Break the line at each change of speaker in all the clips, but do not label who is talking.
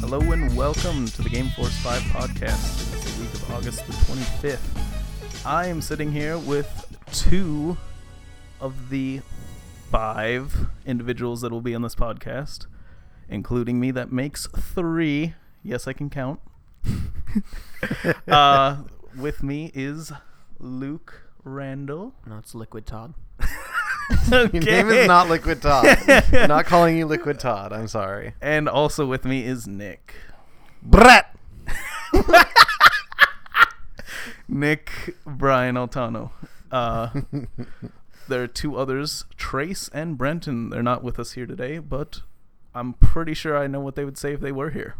Hello and welcome to the Game Force 5 podcast. It's the week of August the 25th. I am sitting here with two of the five individuals that will be on this podcast, including me. That makes three. Yes, I can count. uh, with me is Luke Randall.
No, it's Liquid Todd.
Your
Your name is not Liquid Todd. I'm not calling you Liquid Todd. I'm sorry.
And also with me is Nick.
Brett.
Nick Brian Altano. Uh, there are two others, Trace and Brenton. They're not with us here today, but I'm pretty sure I know what they would say if they were here.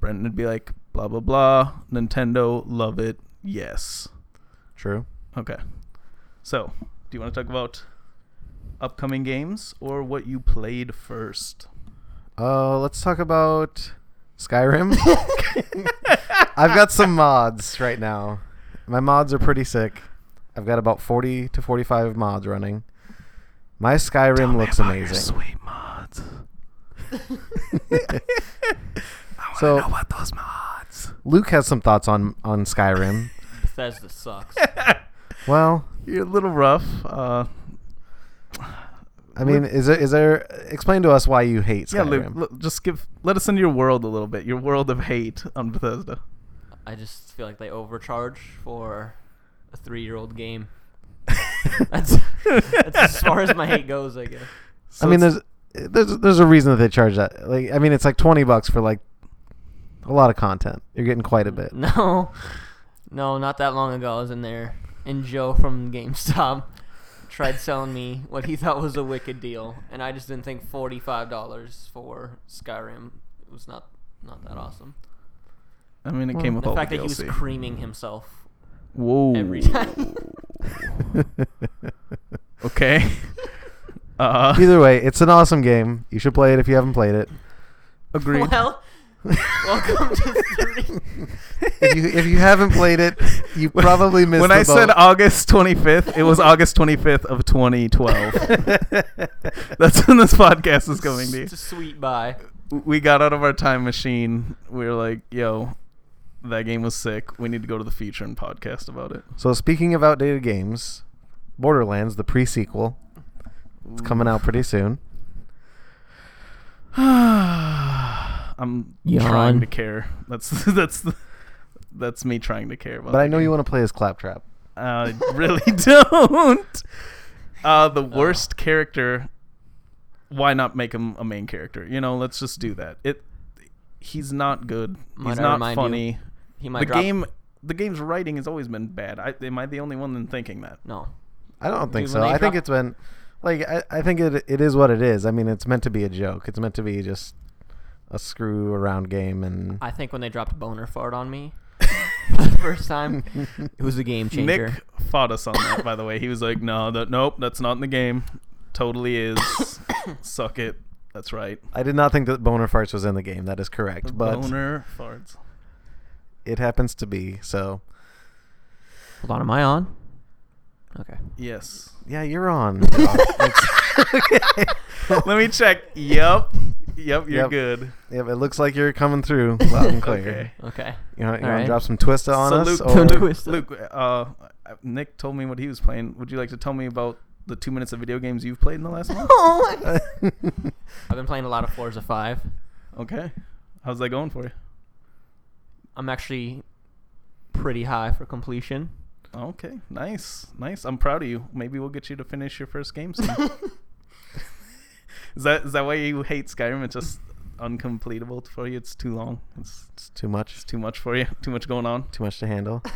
Brenton would be like, blah, blah, blah. Nintendo, love it. Yes.
True.
Okay. So, do you want to talk about upcoming games or what you played first?
Uh, let's talk about Skyrim. I've got some mods right now. My mods are pretty sick. I've got about 40 to 45 mods running. My Skyrim
Tell me
looks
about your
amazing.
sweet mods. I want to
So-
know about those mods.
Luke has some thoughts on on Skyrim.
Bethesda sucks.
well,
You're a little rough. Uh,
I mean, is there, is there explain to us why you hate Skyrim?
yeah, Luke, look, just give let us into your world a little bit. Your world of hate on Bethesda.
I just feel like they overcharge for a three-year-old game. That's, that's as far as my hate goes, I guess.
So
I mean,
it's-
there's there's there's a reason that they charge that. Like, I mean, it's like twenty bucks for like a lot of content. You're getting quite a bit.
No, no, not that long ago I was in there, and Joe from GameStop tried selling me what he thought was a wicked deal, and I just didn't think forty-five dollars for Skyrim was not not that awesome.
I mean, it
well,
came with
The
all
fact
the
that he was
DLC.
creaming himself
Whoa.
every time.
okay. Uh,
Either way, it's an awesome game. You should play it if you haven't played it.
agreed.
Well, welcome to three.
If you if you haven't played it, you
When-
probably missed.
When
the
I said
boat.
August 25th, it was August 25th of 2012. That's when this podcast is coming to you.
It's a sweet buy.
we got out of our time machine. We were like, yo, that game was sick. We need to go to the future and podcast about it.
so speaking of outdated games, Borderlands the pre-sequel, it's coming out pretty soon.
I'm trying
Yawn.
to care. That's that's the, that's me trying to care about. Uh,
But I know you want to play as Claptrap.
I really don't. Uh, the
Oh.
worst character. Why not make him a main character? You know, let's just do that. It. He's not good.
Might
he's
I
not
remind you,
funny.
He might
the
drop.
game. The game's writing has always been bad. I, am I the only one in thinking that?
No.
I don't think
Dude,
so.
when they
I think
drop-
it's been like I, I think it it is what it is. I mean, it's meant to be a joke. It's meant to be just a screw around game and
I think when they dropped boner fart on me for the first time, it was a game changer.
Nick fought us on that, by the way. He was like, "No, that nope, that's not in the game. Totally is. Suck it. That's right."
I did not think that boner farts was in the game. That is correct, but
Boner farts.
it happens to be. So
Hold on, am I on? Okay.
Yes.
yeah, you're on. dog. It's- okay.
Let me check. Yep. Yep. You're
Yep.
good.
Yep, it looks like you're coming through loud and clear.
Okay.
Okay.
You want, you
All
want
right.
to drop some twista on
so
us?
Luke,
or-
Don't do it.
Luke, Luke, uh, Nick told me what he was playing. Would you like to tell me about the two minutes of video games you've played in the last month?
I've been playing a lot of Forza 5.
Okay. How's that going for you?
I'm actually pretty high for completion.
Okay. Nice. Nice. I'm proud of you. Maybe we'll get you to finish your first game soon. is that is that why you hate Skyrim? It's just uncompletable for you. It's too long. It's
it's too much.
it's too much for you. Too much going on.
Too much to handle.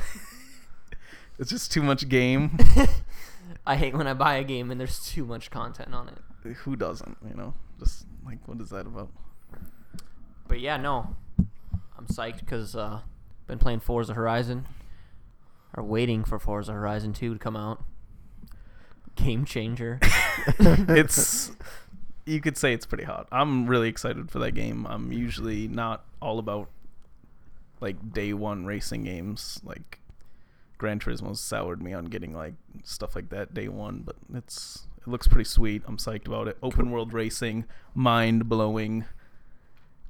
It's just too much game.
I hate when I buy a game and there's too much content on it.
Who doesn't? You know, just like what is that about?
But yeah, no. I'm psyched because uh, been playing Forza Horizon. Or waiting for Forza Horizon 2 to come out. Game changer.
it's you could say it's pretty hot. I'm really excited for that game. I'm usually not all about like day one racing games. Like Gran Turismo soured me on getting like stuff like that day one, but it's it looks pretty sweet. I'm psyched about it. Open world racing, mind blowing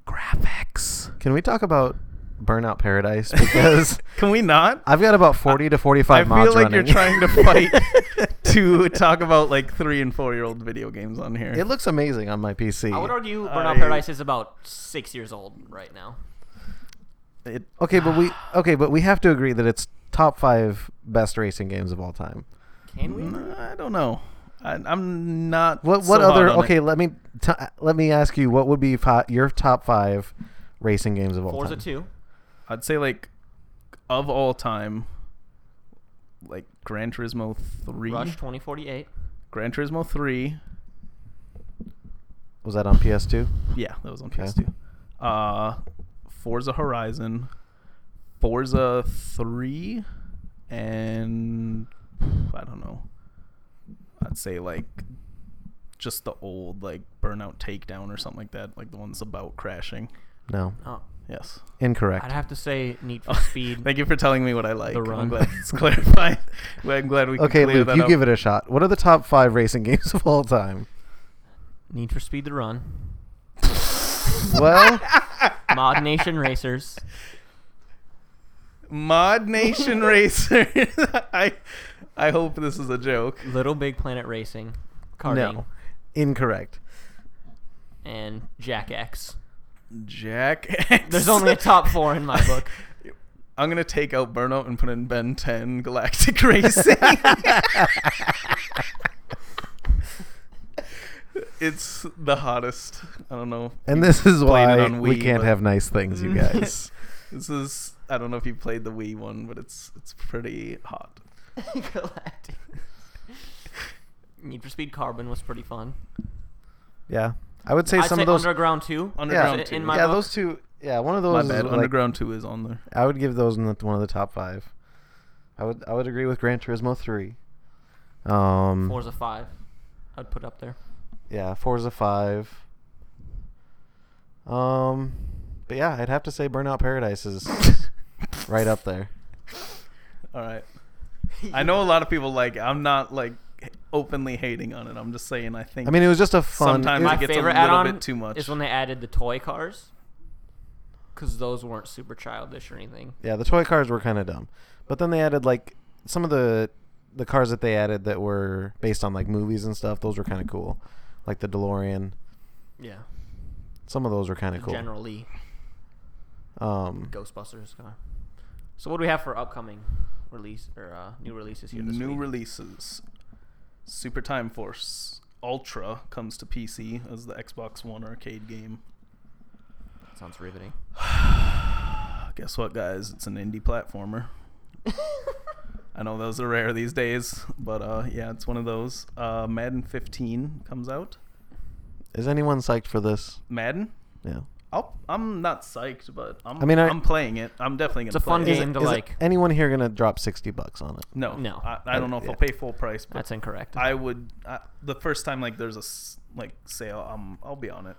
graphics.
Can we talk about Burnout Paradise? Because
Can we not?
I've got about 40 to 45
I
mods
feel like
running.
you're trying to fight to talk about like three and four year old video games on here.
It looks amazing on my PC.
I would argue
I-
Burnout Paradise is about six years old right now.
It-
okay, but we okay, but we have to agree that it's top 5 best racing games of all time.
Can we?
Mm, I don't know. I, I'm not.
What
so
what
hot
other
on it.
Okay, let me t- let me ask you what would be fi- your top 5 racing games of all
Forza
time?
two.
I'd say like of all time, like Gran Turismo three,
Rush twenty forty eight.
Gran Turismo three.
Was that on PS2?
Yeah, that was on
Okay.
PS2. Uh, Forza Horizon, Forza three, and I don't know. I'd say like just the old like Burnout Takedown or something like that, like the ones about crashing.
No.
Oh,
Yes.
Incorrect.
I'd have to say Need for
Oh,
Speed.
Thank you for telling me what I like.
The
I'm
Run.
glad it's clarified. I'm glad we could
okay,
clear
Luke,
that
you
up.
give it a shot. What are the top 5 racing games of all time?
Need for Speed the Run.
Well,
Mod Nation Racers.
Mod Nation Racer. I I hope this is a joke.
Little Big Planet Racing. Karting.
No. Incorrect.
And Jack X.
Jack.
There's only a top four in my book.
I'm gonna take out Burnout and put in Ben 10 Galactic Racing. it's the hottest. I don't know.
And this is
Blame it
why
on
we
Wii,
can't
but-
have nice things, you guys.
This is. I don't know if you played the Wii one, but it's it's pretty hot.
Galactic. Need for Speed Carbon was pretty fun.
yeah, I would say
I'd
some
say
of those.
Underground 2.
Underground
Is it
2.
In my
yeah,
book?
those two. Yeah, one of
My
those.
bad.
Is like-
Underground 2 is on there.
I would give those in the, one of the top five. I would. I would agree with Gran Turismo three. Um.
Forza 5. I'd put up there.
Yeah, Forza five. Um, but yeah, I'd have to say Burnout Paradise is right up there.
All right. I know a lot of people like. it. I'm not like openly hating on it. I'm just saying. I think.
I mean, it was just a fun.
Sometimes
it-
I
My
think it's a
favorite
little
add-on
bit too much.
is when they added the toy cars, because those weren't super childish or anything.
Yeah, the toy cars were kind of dumb, but then they added like some of the the cars that they added that were based on like movies and stuff. Those were kind of cool, like the DeLorean.
Yeah,
Some of those were kind of cool.
General Lee,
Um,
Ghostbusters car. So what do we have for upcoming release or uh, new releases here this
new
week?
releases. Super Time Force Ultra comes to PC as the Xbox One arcade game.
Sounds riveting.
Uh, Guess what, guys? It's an indie platformer. I know those are rare these days, but uh, yeah, it's one of those. Uh, Madden 15 comes out.
is anyone psyched for this?
Madden?
Yeah.
I'll, I'm not psyched, but I'm,
I mean, I-
am playing it. I'm definitely
It's
gonna.
a fun
play it.
game to
Is
like.
anyone here gonna drop sixty bucks on it?
No,
No.
I, I don't know if
Yeah.
I'll pay full price, but
That's incorrect.
I would. I, the first time like there's a s- like sale, um, I'll be on it.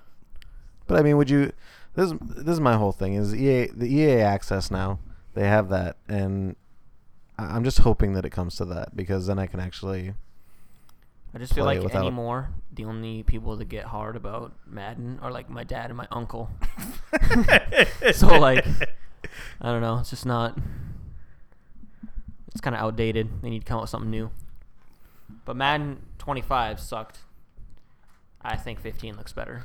But I mean, would you? This is- this is my whole thing. Is EA the EA access now? They have that, and I- I'm just hoping that it comes to that because then I can actually.
I just feel
play
like
without-
anymore, the only people that get hard about Madden are like my dad and my uncle. so like, I don't know. It's just not. It's kind of outdated. They need to come up with something new. But Madden 25 sucked. I think 15 looks better.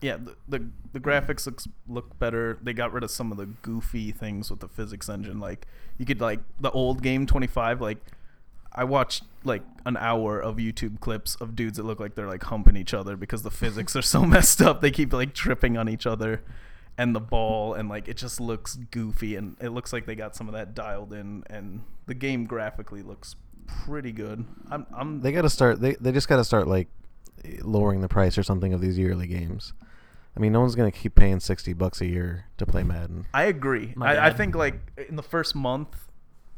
Yeah, the, the the graphics looks look better. They got rid of some of the goofy things with the physics engine. Like you could like the old game twenty five. Like I watched like an hour of YouTube clips of dudes that look like they're like humping each other because the physics are so messed up. They keep like tripping on each other and the ball and like it just looks goofy and it looks like they got some of that dialed in and the game graphically looks pretty good. I'm I'm
They got to start. They they just got to start like lowering the price or something of these yearly games. I mean, no one's gonna keep paying sixty bucks a year to play Madden.
I agree.
My
I, I
bad.
think like in the first month,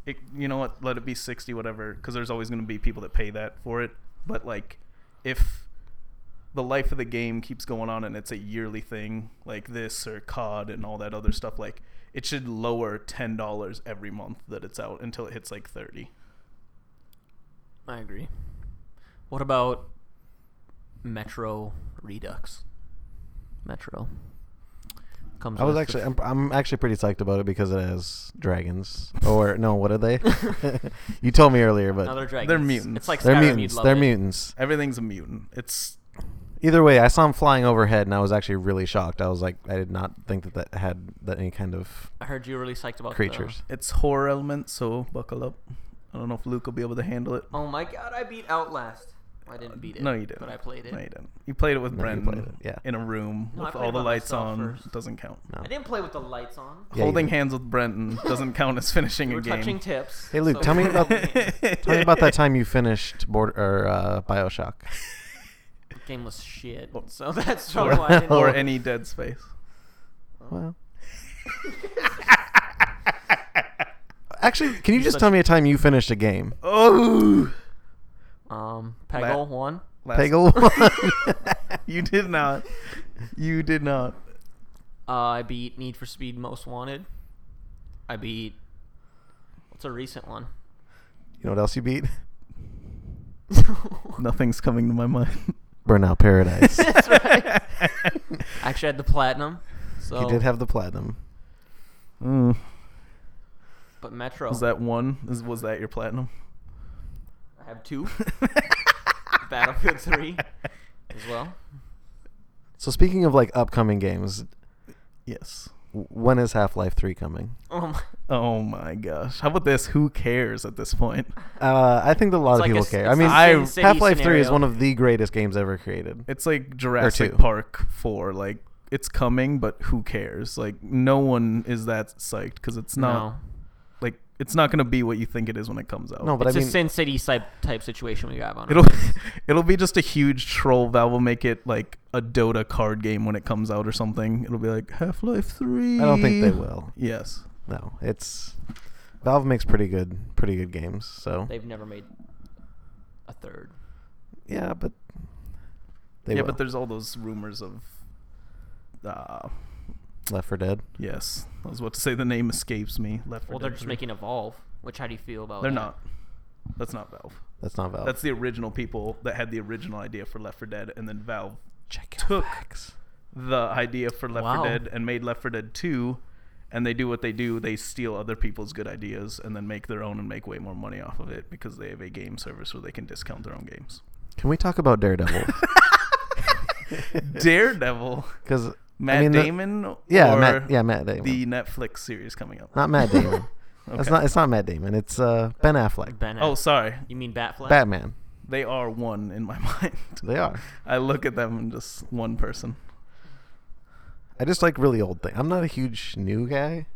it, you know what? Let it be sixty, whatever, because there's always going to be people that pay that for it. But like, if the life of the game keeps going on and it's a yearly thing like this or COD and all that other stuff, like it should lower ten dollars every month that it's out until it hits like thirty.
I agree. What about Metro Redux? Metro comes.
I was
with.
actually, I'm, I'm actually pretty psyched about it because it has dragons. Or no, what are they? you told me earlier, but
Another dragon.
They're mutants.
It's like
they're
Skyrim, you'd
mutants.
love
They're
it.
mutants.
Everything's a mutant. It's
Either way, I saw them flying overhead, and I was actually really shocked. I was like, I did not think that that had that any kind of
I heard you were really psyched about the-
creatures.
it's horror element, so buckle up. I don't know if Luke will be able to handle it.
Oh my god! I beat Outlast. I didn't beat it.
No, you didn't.
But I played it.
No, you didn't. You played it with
No, you
Brendan
played it, yeah.
in a room
No, I
with
played
all
it
the
by
lights
myself
on.
first.
Doesn't count.
No.
I didn't play with the lights on.
Yeah, you
Holding
did.
hands with Brendan doesn't count as finishing
We
a
were touching
game.
tips.
Hey, Luke,
so
tell me
we were
about-
playing.
Tell me about that time you finished Border or uh, Bioshock.
The game was shit.
Or-
So that's
or,
probably why Oh, I didn't.
or any Dead Space.
Well, actually, can you
You're
just
such-
tell me a time you finished a game?
Oh,
Um, Peggle one.
Last-
Peggle.
you did not. You did not.
Uh, I beat Need for Speed Most Wanted. I beat. What's a recent one?
You know what else you beat?
Nothing's coming to my mind.
Burnout Paradise.
That's right. I actually had the platinum. So
He did have the platinum.
Mm.
But Metro.
Was that one? Is, was that your platinum?
I have two. Battlefield Three as well.
So speaking of like upcoming games,
Yes.
w- when is Half Life Three coming?
Oh my.
Oh my gosh. How about this? Who cares at this point?
Uh, I think that a lot
It's
of
like a
people
s-
care.
it's
I
a
I-
Sin
mean,
City
Half Life Three is
scenario.
one of the greatest games ever created.
It's like Jurassic
two.
Park 4. Like, it's coming, but who cares? Like, no one is that psyched because it's not,
No.
like, it's not going to be what you think it is when it comes out.
No, but
it's
I
a
mean,
Sin City type type situation we got on.
It'll
It'll,
it'll be just a huge troll that will make it like a Dota card game when it comes out or something. It'll be like Half Life Three.
I don't think they will.
Yes,
No, it's Valve makes pretty good, pretty good games. So
They've never made a third.
yeah, but they
yeah,
will.
but there's all those rumors of. Uh,
Left for Dead.
yes, I was about to say the name escapes me. Left. 4
Well, they're
Dead
just
3.
making Evolve. Which how do you feel about?
They're
that?
not. That's not Valve.
That's not Valve.
That's the original people that had the original idea for Left 4 Dead, and then Valve
Check
your took-
facts.
the idea for Left 4
Wow.
Dead and made Left 4 Dead 2. And they do what they do. They steal other people's good ideas and then make their own and make way more money off of it because they have a game service where they can discount their own games.
Can we talk about Daredevil?
Daredevil,
Because
Matt
mean, the-
Damon,
yeah,
or
Matt, yeah, Matt Damon.
the Netflix series coming up.
not Matt Damon. That's
Okay.
not. It's not Matt Damon. It's uh, Ben Affleck.
Ben.
Oh, sorry,
you mean Batfleck?
Batman.
they are one in my mind.
They are.
I look at them and just one person.
I just like really old things. I'm not a huge new guy.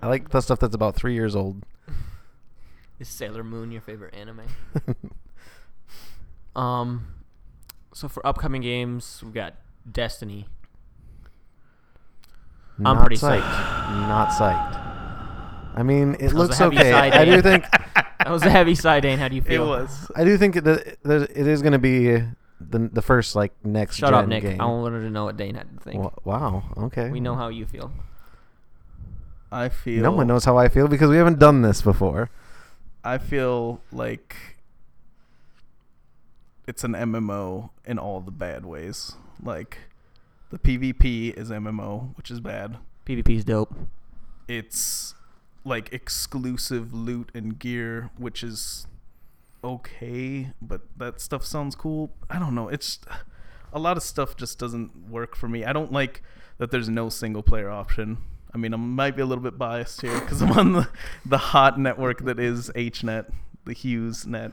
I like the stuff that's about three years old.
Is Sailor Moon your favorite anime? um, so for upcoming games, we've got Destiny.
not
pretty
psyched.
psyched.
Not psyched. I mean, it
was
looks
a heavy
okay.
sigh,
I do
Dan.
think.
That was a heavy side, Dane. How do you
It
feel?
was.
I do think that that it is going to be the the first like next.
Shut up,
gen
Nick.
Game.
I wanted to know what Dane had to think.
Wa- Wow. Okay.
We know how you feel.
I feel
No one knows how I feel because we haven't done this before.
I feel like it's an MMO in all the bad ways. Like the PvP is MMO, which is bad.
PvP's dope.
It's like exclusive loot and gear, which is okay, but that stuff sounds cool. I don't know. It's a lot of stuff just doesn't work for me. I don't like that there's no single player option. I mean, I might be a little bit biased here because I'm on the, the hot network that is HNet, the Hughes net.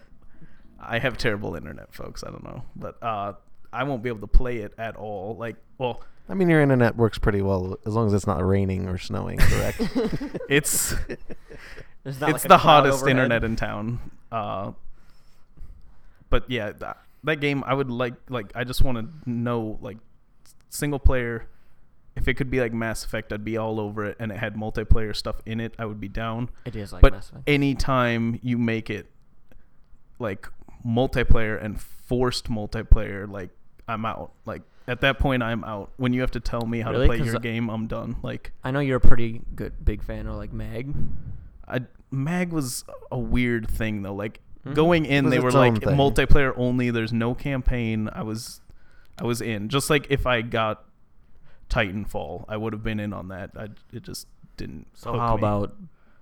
I have terrible internet, folks. I don't know. But uh, I won't be able to play it at all. Like, well,
I mean, your internet works pretty well as long as it's not raining or snowing. Correct.
it's.
There's not
it's
like
the
a cloud
hottest
overhead.
internet in town. Uh, but yeah, that, that game I would like. Like I just want to know like single player. If it could be like Mass Effect, I'd be all over it, and it had multiplayer stuff in it, I would be down.
It is like
But
Mass Effect.
anytime you make it like multiplayer and forced multiplayer, like I'm out. Like at that point, I'm out. When you have to tell me how
Really?
to play
'Cause uh,
your
I-
game, I'm done. Like
I know you're a pretty good big fan of like Mag.
I mag was a weird thing though. Like
Mhm.
going in,
Was
they
its
were
own
like
thing.
multiplayer only. There's no campaign. I was, I was in. Just like if I got Titanfall. I would have been in on that. I it just didn't.
So
hook
how
me.
about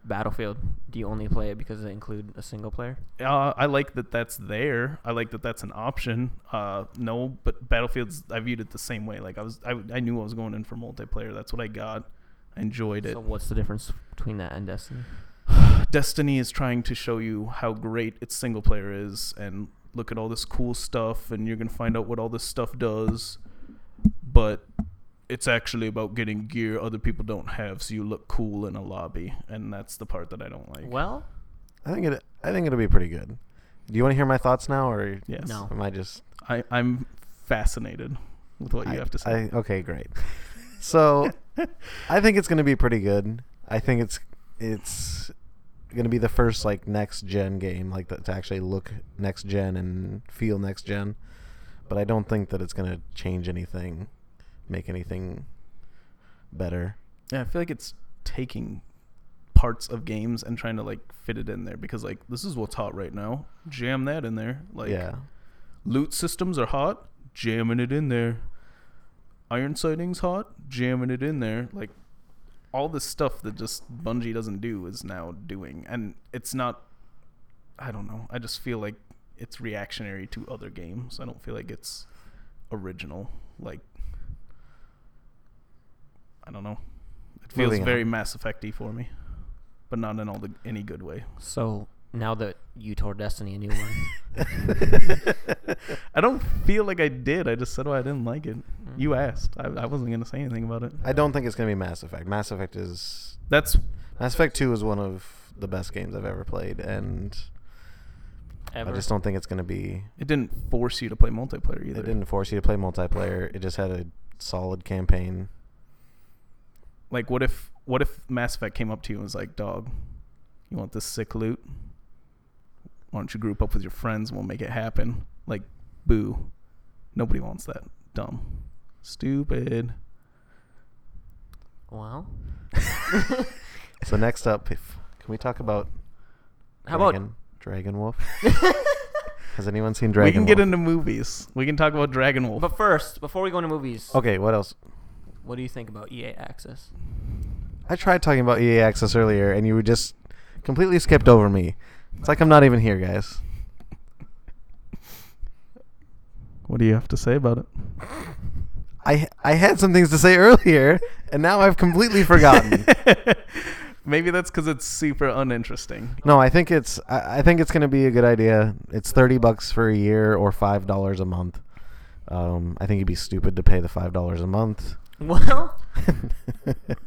Battlefield? Do you only play it because they include a single player?
Uh, I like that that's there. I like that that's an option. Uh, no, but Battlefield's I viewed it the same way. Like I was, I, I knew I was going in for multiplayer. That's what I got. I enjoyed it.
So what's the difference between that and Destiny?
Destiny is trying to show you how great its single player is, and look at all this cool stuff, and you're gonna find out what all this stuff does. But it's actually about getting gear other people don't have, so you look cool in a lobby, and that's the part that I don't like.
Well,
I think it. I think it'll be pretty good. Do you want to hear my thoughts now, or
Yes.
No.
am I just?
I, I'm fascinated with what you
I-
have to say.
I, okay, great. So, I think it's going to be pretty good. I think it's it's going to be the first like next gen game, like that to actually look next gen and feel next gen. But I don't think that it's going to change anything, make anything better.
Yeah, I feel like it's taking parts of games and trying to like fit it in there because like this is what's hot right now. Jam that in there. Like
yeah,
loot systems are hot, jamming it in there. Iron sighting's hot, jamming it in there. Like all this stuff that just Bungie doesn't do is now doing. And it's not I don't know. I just feel like it's reactionary to other games. I don't feel like it's original. Like I don't know. It feels
Moving on.
very Mass Effecty for me. But not in all the any good way.
so now that you tore Destiny a new one,
I don't feel like I did. I just said why I didn't like it.
Mm.
You asked. I, I wasn't gonna say anything about it.
I don't think it's going to be Mass Effect. Mass Effect is
That's
Mass Effect Two is one of the best games I've ever played, and
ever.
I just don't think it's going to be
it. Didn't force you to play multiplayer either.
It didn't force you to play multiplayer. It just had a solid campaign.
Like, what if what if Mass Effect came up to you and was like, "Dog, you want this sick loot? Why don't you group up with your friends and we'll make it happen?" Like, boo. Nobody wants that. Dumb. Stupid.
Well,
So next up, if, can we talk about
how
Dragon,
about
Dragon Wolf? Has anyone seen Dragon?
we can get
Wolf?
into movies. We can talk about Dragon Wolf.
But first, before we go into movies,
Okay, what else?
what do you think about EA Access?
I tried talking about EA Access earlier, and you just completely skipped over me. It's like I'm not even here, guys.
What do you have to say about it?
I I had some things to say earlier, and now I've completely forgotten.
Maybe that's because it's super uninteresting.
No, I think it's I, I think it's gonna be a good idea. It's thirty bucks for a year or five dollars a month. Um, I think you'd be stupid to pay the five dollars a month.
Well,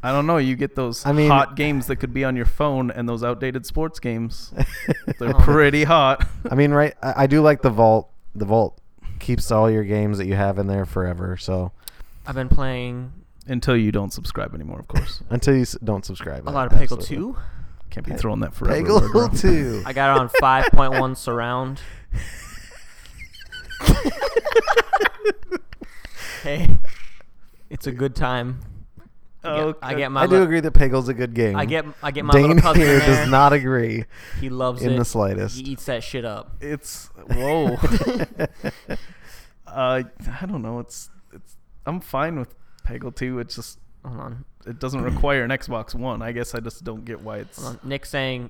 I don't know. You get those
I mean-
hot games that could be on your phone and those outdated sports games. They're
Oh.
pretty hot.
I mean, right? I, I do like the vault. The vault keeps all your games that you have in there forever. So
I've been playing
Until you don't subscribe anymore, of course.
until you s- don't
a
subscribe,
lot of Peggle
absolutely.
2.
Can't be throwing that forever. word around.
Peggle two.
I got it on 5.1 surround. hey, it's a good time. I get, I
Okay.
get my
I do
li-
agree that Peggle's a good game.
I get I get my
Dane
little cousin
here
in there.
does not agree.
he loves
in
it.
the slightest.
He eats that shit up.
It's whoa. uh, I don't know. It's it's. I'm fine with Peggle 2. It's just
Hold on,
it doesn't require an Xbox One. I guess I just don't get why it's.
hold on. Nick saying,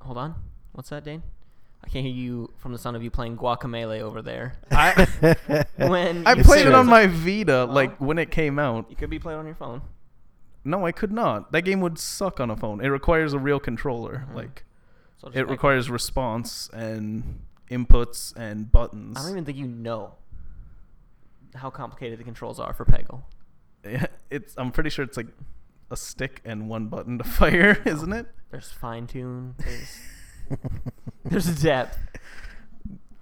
"Hold on, what's that, Dane? I can't hear you from the sound of you playing guacamole over there."
I
when
I
you
played
see
it on my
Oh.
Vita like when it came out.
You could be playing on your phone.
No, I could not. That game would suck on a phone. It requires a real controller.
Mhm.
Like
So just
it
act-
requires response and inputs and buttons.
I don't even think you know how complicated the controls are for Peggle.
it's I'm pretty sure it's like a stick and one button to fire, isn't it?
There's fine tune. There's there's depth.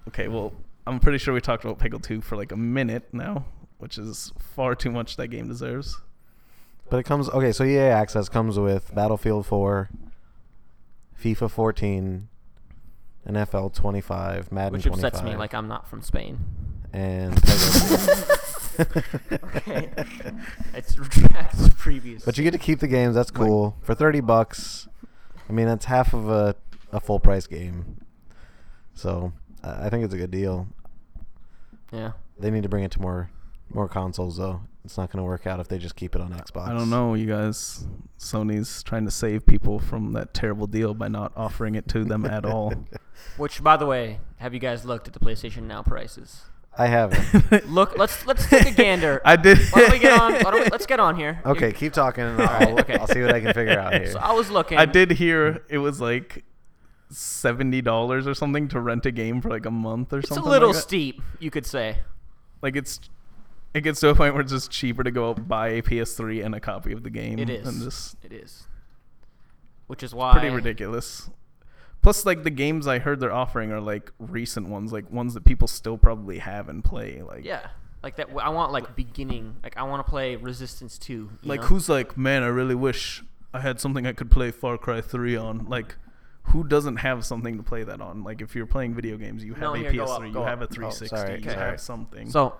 Okay, well, I'm pretty sure we talked about Peggle 2 for like a minute now, which is far too much that game deserves.
But it comes okay. So EA Access comes with Battlefield 4, FIFA 14, NFL 25, Madden Eh.
Which
25,
upsets me, like I'm not from Spain.
and Peggle.
Okay. It's retracts previous.
But you get to keep the games. That's cool for thirty bucks. I mean, that's half of a a full price game. So I I think it's a good deal.
Yeah.
They need to bring it to more more consoles though. It's not going to work out if they just keep it on Xbox.
I don't know, you guys. Sony's trying to save people from that terrible deal by not offering it to them at all.
Which, by the way, have you guys looked at the PlayStation Now prices?
I haven't.
Look, let's let's take a gander.
I did.
Why don't we get on? Why don't we, let's get on here. You-
Okay, keep talking, and
All
I'll,
right, okay.
I'll see what I can figure out here.
So I was looking.
I did hear it was like seventy dollars or something to rent a game for like a month or
It's a
something.
little
like that.
steep, you could say.
Like it's, it gets to a point where it's just cheaper to go out and buy a PS3 and a copy of the game.
It is.
And just
It is. Which is why
pretty ridiculous. Plus, like the games I heard they're offering are like recent ones, like ones that people still probably have and play. Like,
Yeah, like that. I want like beginning. Like I want to play Resistance Two. you
like
know?
who's like, man, I really wish I had something I could play Far Cry Three on. Like, who doesn't have something to play that on? Like, if you're playing video games, you have
No,
a
here, go up,
PS3, you
go
have a
up.
360,
sorry,
you
okay.
have something.
So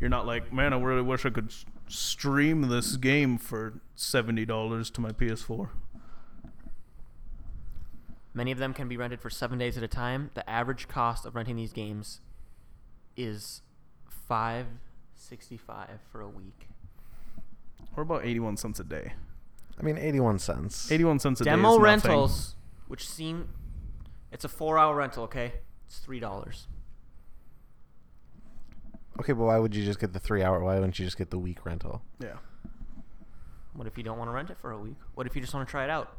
you're not like, man, I really wish I could s- stream this game for seventy dollars to my PS4.
many of them can be rented for seven days at a time. The average cost of renting these games is five sixty-five for a week.
Or about eighty-one cents a day.
I mean, 81 cents.
Eighty-one cents a day.
Demo
is nothing.
rentals, which seem, it's a four-hour rental. Okay, it's three dollars.
Okay, but why would you just get the three hour? Why wouldn't you just get the week rental?
Yeah.
What if you don't want to rent it for a week? What if you just want to try it out?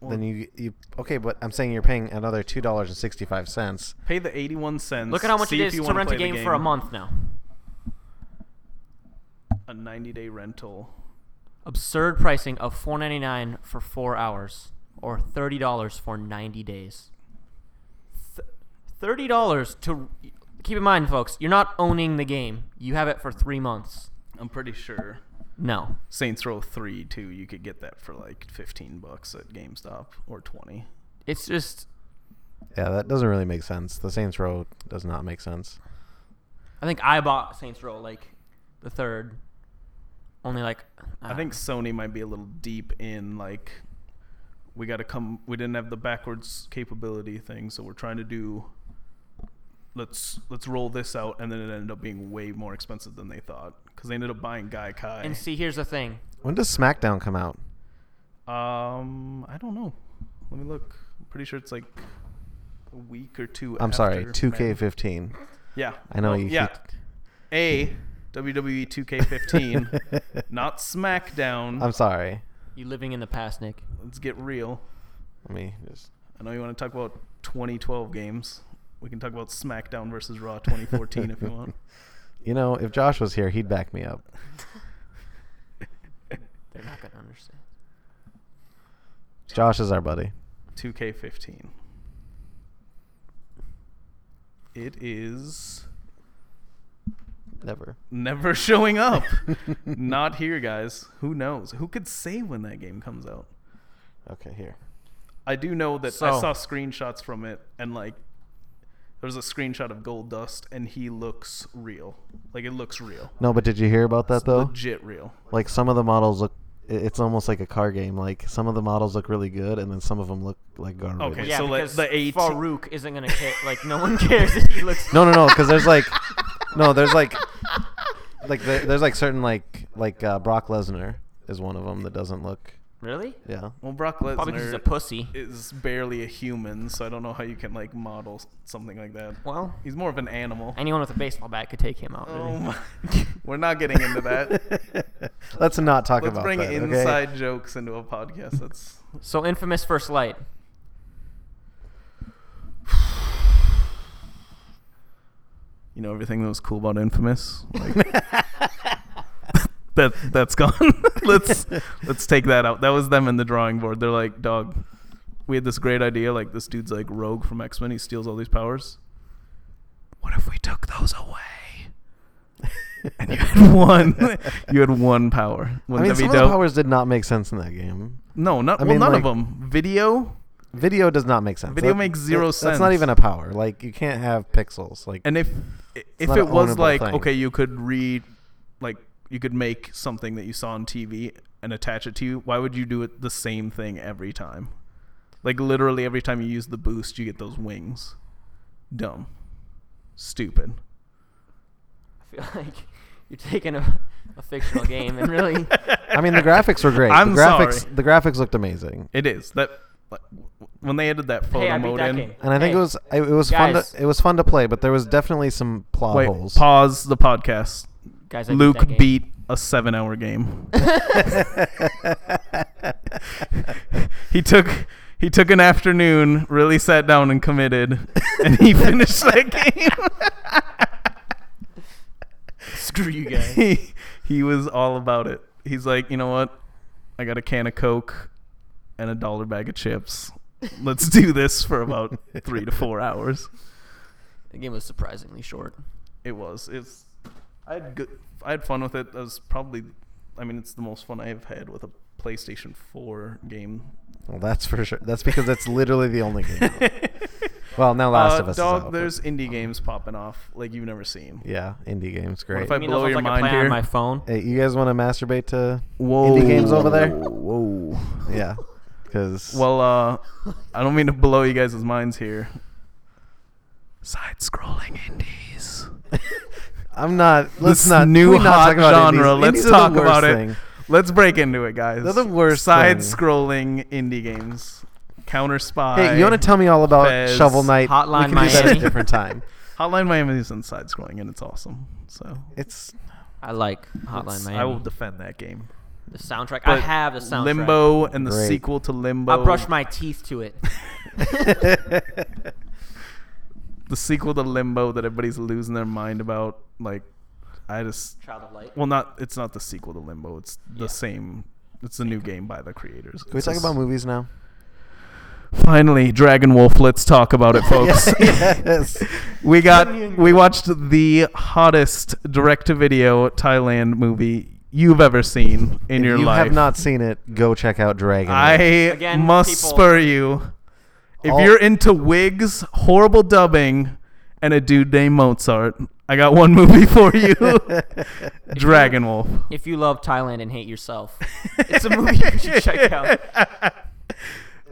Well,
then you you okay, but I'm saying you're paying another two dollars and sixty five cents.
Pay the 81 cents.
Look at how much
see
it
if
is
you
to
wanna
rent a
play the
game, for a month now.
A 90 day rental.
Absurd pricing of four ninety nine for four hours, or thirty dollars for ninety days. Th- Thirty dollars to keep in mind, folks. You're not owning the game. You have it for three months.
I'm pretty sure
No,
Saints Row 3 too. You could get that for like 15 bucks at GameStop or 20.
it's just.
Yeah, that doesn't really make sense. The Saints Row does not make sense.
I think I bought Saints Row like the third. Only like
I think Sony might be a little deep in like we got to come. We didn't have the backwards capability thing, so we're trying to do. Let's let's roll this out, and then it ended up being way more expensive than they thought because they ended up buying Guy Kai.
uh, And see, here's the thing.
When does SmackDown come out?
Um, I don't know. Let me look. I'm pretty sure it's like a week or two.
I'm sorry,
after
two K
Mania.
fifteen.
Yeah,
I know
Well,
you.
Yeah,
keep-
a E WWE 2K15, not
Mm-hmm.
SmackDown.
I'm sorry.
You living in the past, Nick.
Let's get real.
Let me just.
I know you want to talk about 2012 games. We can talk about SmackDown versus Raw 2014 if you want.
You know, if Josh was here, he'd back me up.
They're not gonna understand.
Josh is our buddy.
2K15. It is
Never.
never showing up. Not here, guys. Who knows? Who could say when that game comes out?
Okay, here.
I do know that I
So-
saw screenshots from it, and like, there's a screenshot of Gold Dust, and he looks real. Like it looks real,
No, but did you hear about that though?
legit real.
Like some of the models look. i- It's almost like a car game. Like some of the models look really good, and then some of them look like garbage.
Okay,
Yeah,
so like
because
the 18
Farouk isn't gonna care. Like no one cares if he looks.
No, no, no, because there's like, no, there's like, like there, there's like certain like like uh, Brock Lesnar is one of them that doesn't look.
Really?
Yeah.
Well, Brock
Probably because he's a
Lesnar
pussy.
is barely a human, so I don't know how you can like model s- something like that.
Well,
He's more of an animal.
anyone with a baseball bat could take him out. Really.
Oh my. We're not getting into that.
Let's not talk
Let's
about
bring
that. okay?
inside jokes into a podcast. That's
So infamous first light.
you know everything that was cool about Infamous. Like, that that's gone. let's let's take that out. That was them in the drawing board. They're like, dog, we had this great idea. Like this dude's like rogue from X Men. He steals all these powers. What if we took those away? And you had one. you had one power.
I
Wouldn't that
mean,
be
some of the
dope?
powers did not make sense in that game.
no, not
I
well,
mean,
none of
like-
them. Video
Video does not make sense.
Video makes zero
That's not
sense.
even a power. Like you can't have pixels. Like
And if if
not
it
an
was
ownable
like
thing.
okay, you could read like you could make something that you saw on TV and attach it to you, why would you do it the same thing every time? Like literally every time you use the boost, you get those wings. Dumb. Stupid.
I feel like You're taking a, a fictional game and really
I mean, the graphics were great.
I'm
the graphics,
sorry.
The graphics looked amazing,
It is that like, when they added that photo
hey, I beat
mode
that
in.
game.
and I think
Hey,
it was it, it was fun.
guys.
To, it was fun to play, but there was definitely some plot
Wait,
holes.
pause the podcast.
guys, I beat
Luke
that game.
beat a seven-hour game. he took he took an afternoon, really sat down and committed, and he finished that game.
Screw you guys.
He, he was all about it. He's like, you know what? I got a can of Coke and a dollar bag of chips. Let's do this for about three to four hours.
The game was surprisingly short.
It was. It's. I had good. I had fun with it. That was probably. I mean, it's the most fun I have had with a PlayStation 4 game.
Well, that's for sure. That's because that's literally the only game. Well, now Last
Uh,
of Us.
dog,
is out,
there's
but-
indie games popping off like you've never seen.
yeah, indie games, great.
if I
You mean
blow
those
your
ones I can
mind
play
here?
on my phone?
Hey, you guys want to masturbate to?
Whoa.
Indie games over there?
Whoa.
Yeah, because
Well, uh, I don't mean to blow you guys' minds here. Side-scrolling indies.
I'm not. Let's
this
not. can
new
we not
hot
talk about
genre.
indies?
Let's
Indies are the
talk
worst
about it.
thing.
Let's break into it, guys.
They're the worst thing.
Side-scrolling indie games. Counter Spy.
Hey, you want to tell me all about
Fez,
Shovel Knight?
Hotline
we can do that at a
Miami.
different time.
Hotline Miami isn't side scrolling and it's awesome. So
It's
I like Hotline
it's-
Miami.
I will defend that game.
the soundtrack. I
But
have the soundtrack.
Limbo and the
Great.
sequel to Limbo.
I brush my teeth to it.
the sequel to Limbo that everybody's losing their mind about. Like, I just
Child of Light.
well, not it's not the sequel to Limbo. It's the
Yeah.
same. It's a new game by the creators.
Can we
It's
talk
just-
about movies now?
Finally, Dragon Wolf. Let's talk about it, folks.
yes.
We got we watched the hottest direct-to-video Thailand movie you've ever seen in
if
your
you
life.
have not seen it, go check out Dragon.
I
Maid.
Again,
must
people-
spur you. If
All-
you're into wigs, horrible dubbing, and a dude named Mozart, I got one movie for you. Dragon Wolf.
If you love Thailand and hate yourself, it's a movie you should check out.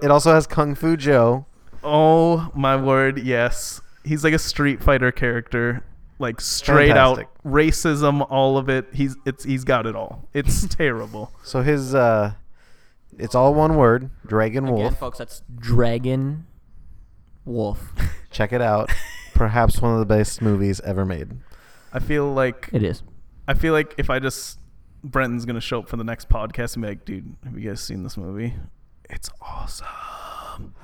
It also has Kung Fu Joe.
Oh my word, yes. He's like a Street Fighter character. Like straight
Fantastic.
out racism, all of it. He's it's he's got it all. It's terrible.
So his uh, it's all one word. Dragon
Again,
Wolf.
folks, that's Dragon Wolf.
Check it out. Perhaps one of the best movies ever made.
I feel like
It is.
I feel like if I just Brenton's gonna show up for the next podcast and be like, dude, have you guys seen this movie? It's awesome.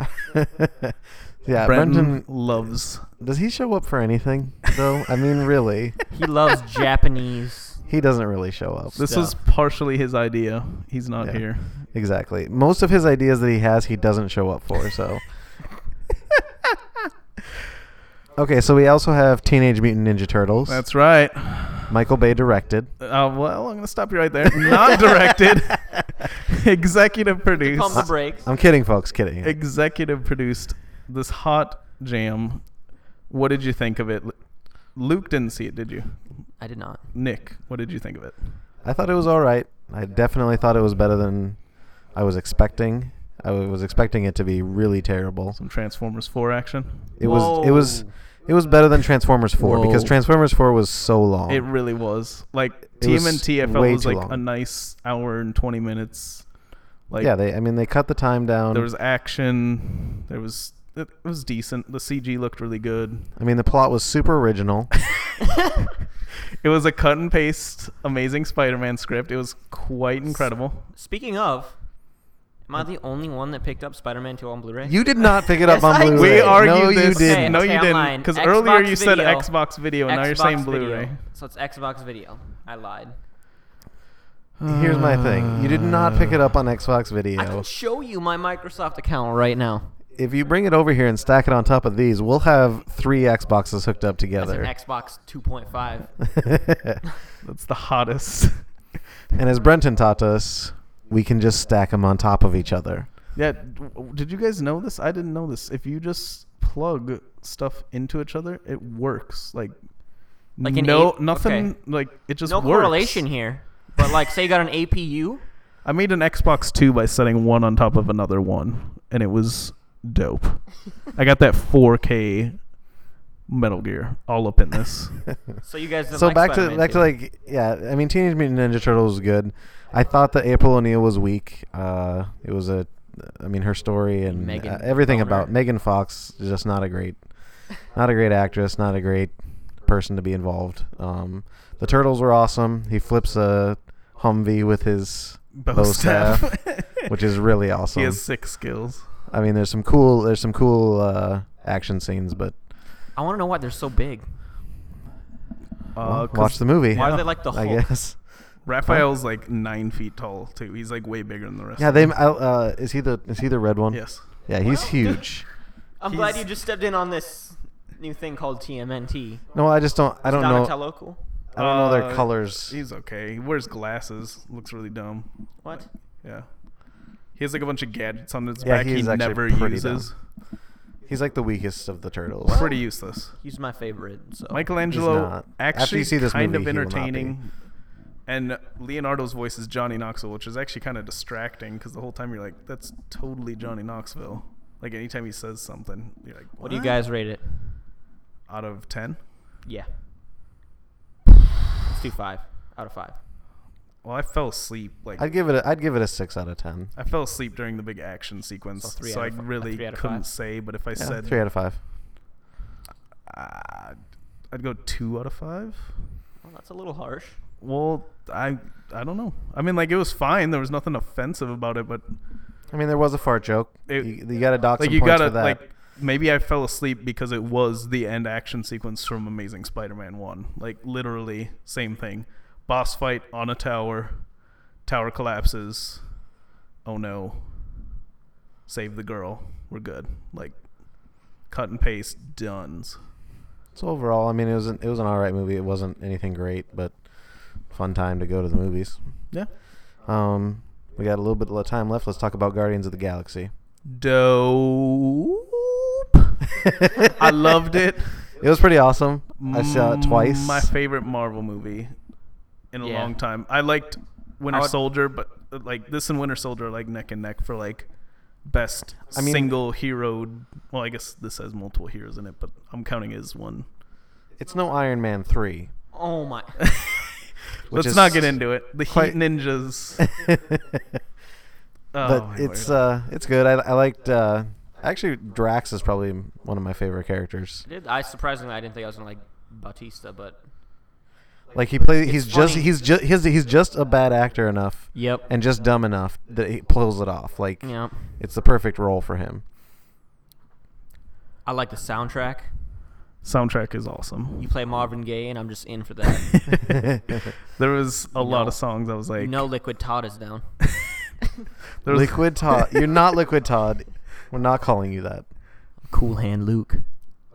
Brenton
yeah, Brendan.
loves
Does he show up for anything? Though I mean, really,
He loves Japanese.
he doesn't really show up.
this
stuff.
was partially his idea. He's not
Yeah.
here.
Exactly. Most of his ideas that he has, he doesn't show up for. So. okay, so we also have Teenage Mutant Ninja Turtles.
That's right.
Michael Bay directed.
Uh, well, I'm gonna stop you right there. Not directed. executive produced.
Pump the brakes.
I'm kidding, folks. Kidding.
Executive produced this hot jam. What did you think of it? Lu- Luke didn't see it, did you?
I did not.
Nick, what did you think of it?
I thought it was all right. I definitely thought it was better than I was expecting. I was expecting it to be really terrible.
Some Transformers 4 action.
It was. It was.
Whoa.
It was better than Transformers 4 because
Whoa.
Transformers 4 was so long.
It really was like
It was
TMNT. I felt
way
was
too
like
long.
a nice hour and twenty minutes. Like
yeah, they. I mean, they cut the time down.
there was action. There was it was decent. The CG looked really good.
I mean, the plot was super original.
It was a cut and paste Amazing Spider-Man script. It was quite incredible.
Speaking of, am I the only one that picked up Spider-Man 2 on Blu-ray?
you did not pick it up
Yes,
on
I
Blu-ray.
did.
We argued
no,
this.
you
Okay,
didn't.
no,
okay,
you
I'm
didn't.
lying.
Because
Xbox
earlier you said
Video.
Xbox Video, and now you're saying
Xbox Video.
Blu-ray.
So it's Xbox Video. I lied.
Here's my thing. You did not pick it up on Xbox
I
Video.
can show you my Microsoft account right now.
If you bring it over here and stack it on top of these, we'll have three Xboxes hooked up
That's an
together.
Xbox 2.5.
That's the hottest.
and as Brenton taught us, we can just stack them on top of each other.
yeah. w- Did you guys know this? I didn't know this. If you just plug stuff into each other, it works. Like.
Like an
no,
eight-
nothing
okay.
like it just
no
works.
correlation here. But like, say you got an APU.
I made an Xbox Two by setting one on top of another one, and it was dope. I got that 4K Metal Gear all up in this.
So you guys didn't
so
like
back to
Spider-Man
back to
2.
like yeah. I mean, Teenage Mutant Ninja Turtles was good. I thought that April O'Neil was weak. Uh, it was a, I mean, her story and
Megan
uh, everything
Boner.
about Megan Fox is just not a great, not a great actress, not a great person to be involved. Um, the turtles were awesome. He flips a Humvee with his,
Bow
Bow
staff,
which is really awesome.
he
Uh,
has six skills. Uh,
I mean, there's some cool there's some cool uh, action scenes, but
I want to know why they're so big.
Uh,
well, watch the movie.
Why
Yeah.
are they like the
I
Hulk?
guess.
Raphael's like nine feet tall too. He's like way bigger than the rest.
Yeah,
of
they.
them.
I- Uh, is he the is he the red one?
Yes.
Yeah, he's
Well,
huge.
I'm glad
He's-
you just stepped in on this new thing called TMNT.
No, I just don't. I don't know.
Donatello cool?
I don't know their
Uh,
colors.
He's okay. He wears glasses. Looks really dumb.
What?
Yeah. He has like a bunch of gadgets on his
Yeah,
back he
he's actually
never
pretty
uses.
He's like the weakest of the turtles.
Pretty useless.
He's my favorite. So
Michelangelo
not. After
actually
you see this
kind
movie,
of
he will not be.
entertaining. And Leonardo's voice is Johnny Knoxville, which is actually kind of distracting because the whole time you're like, that's totally Johnny Knoxville. Like anytime he says something, you're like,
What do you guys rate it?
Out of 10?
Yeah. Let's do five out of five.
Well, I fell asleep. Like,
I'd give it. A, I'd give it a six out of ten.
I fell asleep during the big action sequence,
So
so,
three out
I
of fi-
really
three out of
couldn't
five?
say. But if I
yeah,
said
three out of five.
uh, I'd go two out of five.
Well, that's a little harsh.
Well, I I don't know. I mean, like it was fine. There was nothing offensive about it, but
I mean, there was a fart joke.
It-
you, you got to dock
like
some
you
points
gotta
for that.
like maybe I fell asleep because it was the end action sequence from Amazing Spider-Man One. Like literally same thing. Boss fight on a tower. Tower collapses. Oh no. Save the girl. We're good. Like cut and paste. Duns.
so overall, I mean, it was an, it was an all right movie. It wasn't anything great, but fun time to go to the movies.
Yeah.
Um, we got a little bit of time left. Let's talk about Guardians of the Galaxy.
Dope. I loved it.
It was pretty awesome. I saw it
M-
twice.
My favorite Marvel movie in a
Yeah.
long time. I liked Winter
I would-
Soldier, but uh, like this and Winter Soldier are like neck and neck for like best
I mean-
single hero. Well, I guess this has multiple heroes in it, but I'm counting it as one.
It's no Iron Man three.
Oh my!
Which
Let's
is
not get into it. The Heat
quite-
Ninjas. Oh,
but
my
it's
word.
uh it's good. I, I liked uh actually Drax is probably one of my favorite characters.
I did- I surprisingly I didn't think I was gonna like Batista, but
Like he plays he's
It's
just
funny.
he's just he's, he's just a bad actor enough
yep.
and just dumb enough that he pulls it off. Like
yeah,
it's the perfect role for him.
I like the soundtrack.
soundtrack is
You
awesome.
play Marvin Gaye, and I'm just in for that.
There was a lot
know-
of songs I was like,
you know, Liquid Todd is down.
there was-
Liquid Todd. You're not Liquid Todd. We're not calling you that.
Cool Hand Luke.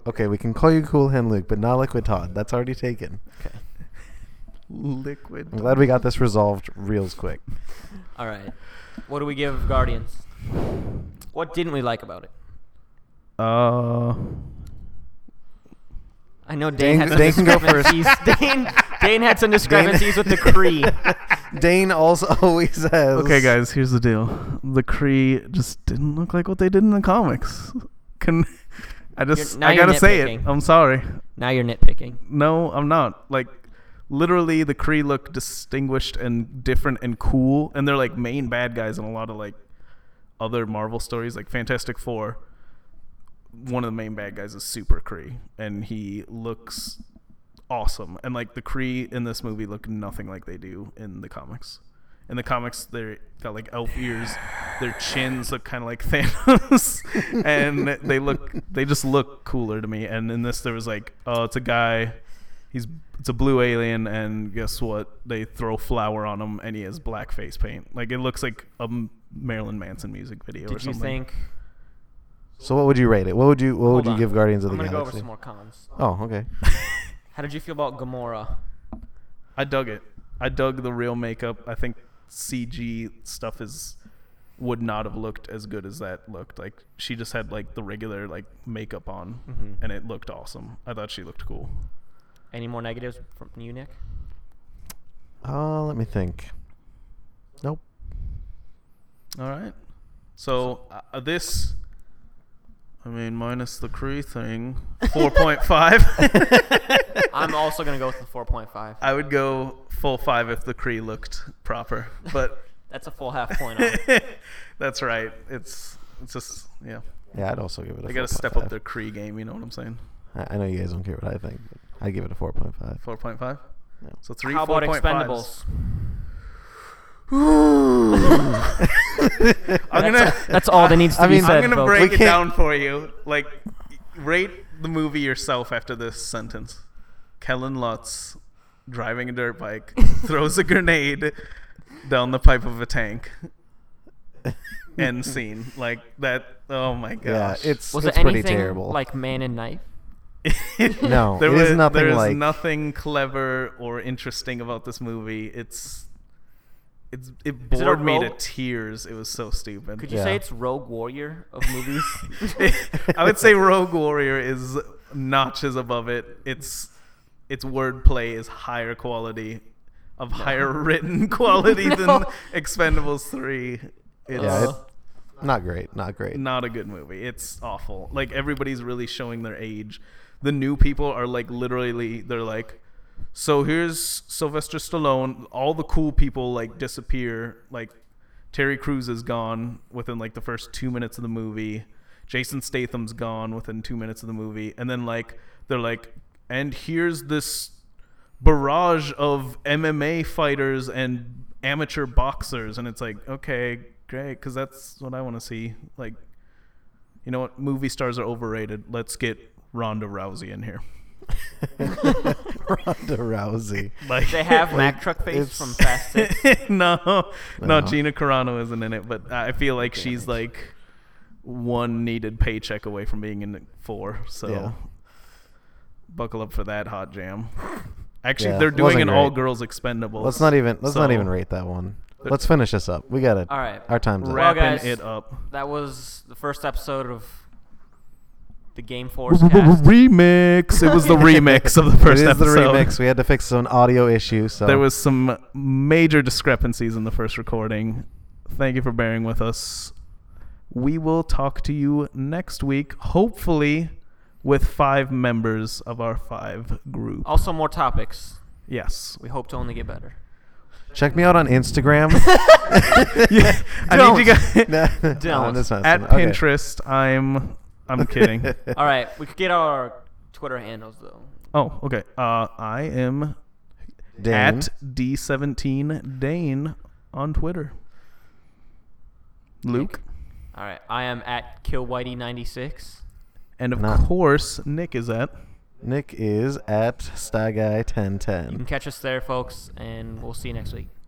Okay, we can call you Cool Hand Luke, but not Liquid Todd. That's already taken.
Okay.
Liquid.
I'm glad we got this resolved real quick.
All right. What do we give Guardians? What didn't we like about it?
Uh,
I know Dane,
Dane-
had some
Dane can go
discrepancies. Dane, Dane had some discrepancies with the Cree.
Dane also always has.
okay, guys, here's the deal. The Kree just didn't look like what they did in the comics. Can I just
now
I
you're
gotta say it.
nitpicking.
I'm sorry.
Now you're nitpicking.
No, I'm not. Like literally the Kree look distinguished and different and cool and they're like main bad guys in a lot of like other Marvel stories like Fantastic 4. One of the main bad guys is Super Kree and he looks awesome. And like the Kree in this movie look nothing like they do in the comics. In the comics, they got like elf ears. Their chins look kind of like Thanos, and they look they just look cooler to me. And in this, there was like, oh, it's a guy. He's it's a blue alien, and guess what? They throw flour on him, and he has black face paint. Like it looks like a M- Marilyn Manson music video or
Did you
something.
think?
So what would you rate it? What would you what
Hold
would you
on.
give Guardians of
I'm
the
gonna go over
Galaxy?
some more cons.
Oh, okay.
How did you feel about Gamora?
I dug it. I dug the real makeup. I think CG stuff is would not have looked as good as that looked. Like she just had like the regular like makeup on,
Mhm.
and it looked awesome. I thought she looked cool.
Any more negatives from you, Nick?
Uh, let me think. Nope.
All right. So uh, this uh, I mean, minus the Cree thing, 4.5.
I'm also gonna go with the 4.5.
I would go full five if the Cree looked proper, but
That's a full half point. off.
that's right. It's it's just yeah.
Yeah, I'd also give it a
They got to step up their Cree game. You know what I'm saying?
I, I know you guys don't care what I think. But I give it a 4.5.
4.5.
Yeah.
So three.
How about
4.5s.
Expendables?
I'm
That's-
gonna.
that's all that needs to
I
be
mean-
said.
I'm gonna
folks.
We
break it
can't-
down for you. Like, rate the movie yourself after this sentence. Kellen Lutz driving a dirt bike throws a grenade down the pipe of a tank. End scene. Like that. Oh my
Yeah,
gosh.
it's
Was
it's
it
pretty
anything
terrible.
like Man and Knife?
No,
there
it is
was
nothing
there is
like-
nothing clever or interesting about this movie. It's it's it
Is it a
bored me to
rogue-
tears. It was so stupid.
Could you
Yeah.
say it's Rogue Warrior of movies?
I would say Rogue Warrior is notches above it. It's its wordplay is higher quality, of higher written quality than
No.
Expendables Three. It's
Yeah,
Uh,
not great, not great.
not a good movie. It's awful. Like everybody's really showing their age. The new people are like literally they're like so here's Sylvester Stallone, all the cool people like disappear. Like Terry Crews is gone within like the first 2 minutes of the movie. Jason Statham's gone within 2 minutes of the movie. And then like they're like and here's this barrage of MMA fighters and amateur boxers, and it's like, okay, great, because that's what I want to see. Like, you know what? Movie stars are overrated. Let's get Ronda Rousey in here.
Ronda Rousey.
Like,
they have
Like,
Mac Truck Face
it's-
from Fast Six.
no, no,
No.
Gina Carano isn't in it, but I feel like she's like one needed paycheck away from being in the four. So
Yeah.
buckle up for that hot jam. Actually,
Yeah,
they're doing
wasn't
an all
great.
girls expendable.
Let's not even let's not
So-
even rate that one. Let's finish this up. We got it.
All right.
Our time's
Well,
up.
wrapping
guys,
it up.
That was the first episode of the Game Force cast.
remix. It was the remix of the first
it is
episode.
the remix. We had to fix an audio issue, so
There was some major discrepancies in the first recording. Thank you for bearing with us. We will talk to you next week, hopefully with five members of our five group.
Also, more topics.
yes.
We hope to only get better.
check me out on Instagram.
Yeah, I
Don't.
need you guys
no, no,
Don't.
that's not
at
okay.
Pinterest. I'm I'm kidding.
All right, we could get our Twitter handles though.
oh, okay. Uh, I am
Dane.
at D17Dane on Twitter. Luke.
All right, I am at KillWhitey96.
And of
Nah.
course, Nick is at.
Nick is at
You can
Staguy1010.
catch us there, folks, and we'll see you next week.